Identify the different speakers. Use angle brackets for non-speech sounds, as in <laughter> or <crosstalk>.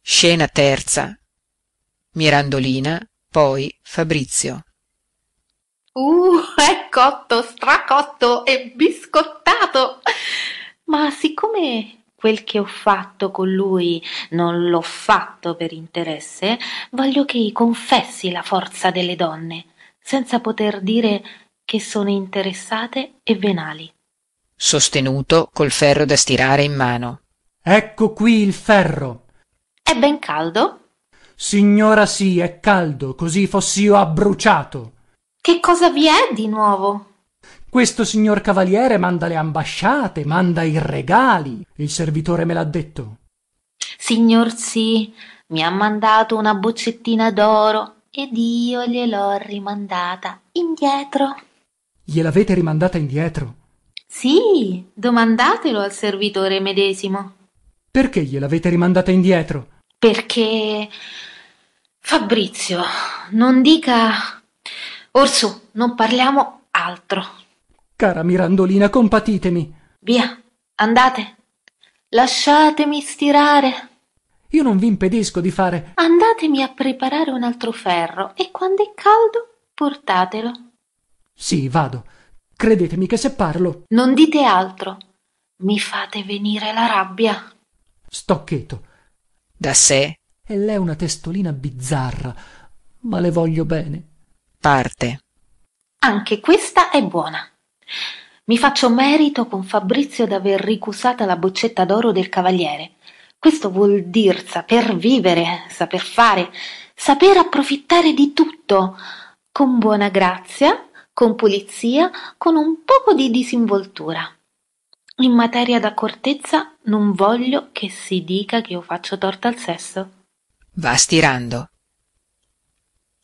Speaker 1: scena terza mirandolina poi fabrizio
Speaker 2: uh <laughs> è cotto stracotto e biscottato ma siccome quel che ho fatto con lui non l'ho fatto per interesse voglio ch'ei confessi la forza delle donne senza poter dire che sono interessate e venali
Speaker 1: sostenuto col ferro da stirare in mano
Speaker 3: ecco qui il ferro
Speaker 2: è ben caldo
Speaker 3: signora sì è caldo così foss'io abbruciato
Speaker 2: che cosa vi è di nuovo
Speaker 3: questo signor cavaliere manda le ambasciate manda i regali il servitore me l'ha detto
Speaker 2: signor sì mi ha mandato una boccettina d'oro ed io gliel'ho rimandata indietro
Speaker 3: gliel'avete rimandata indietro
Speaker 2: sì domandatelo al servitore medesimo
Speaker 3: perché gliel'avete rimandata indietro
Speaker 2: perché fabrizio non dica orsù non parliamo altro
Speaker 3: cara mirandolina compatitemi
Speaker 2: via andate lasciatemi stirare
Speaker 3: io non vi impedisco di fare
Speaker 2: andatemi a preparare un altro ferro e quando è caldo portatelo
Speaker 3: sì vado credetemi che se parlo
Speaker 2: non dite altro mi fate venire la rabbia
Speaker 3: sto cheto
Speaker 1: da sé
Speaker 3: e lei è una testolina bizzarra ma le voglio bene
Speaker 1: parte
Speaker 2: anche questa è buona mi faccio merito con Fabrizio d'aver ricusata la boccetta d'oro del cavaliere questo vuol dir saper vivere, saper fare, saper approfittare di tutto, con buona grazia, con pulizia, con un poco di disinvoltura. In materia d'accortezza non voglio che si dica che io faccio torto al sesso.
Speaker 1: Va stirando.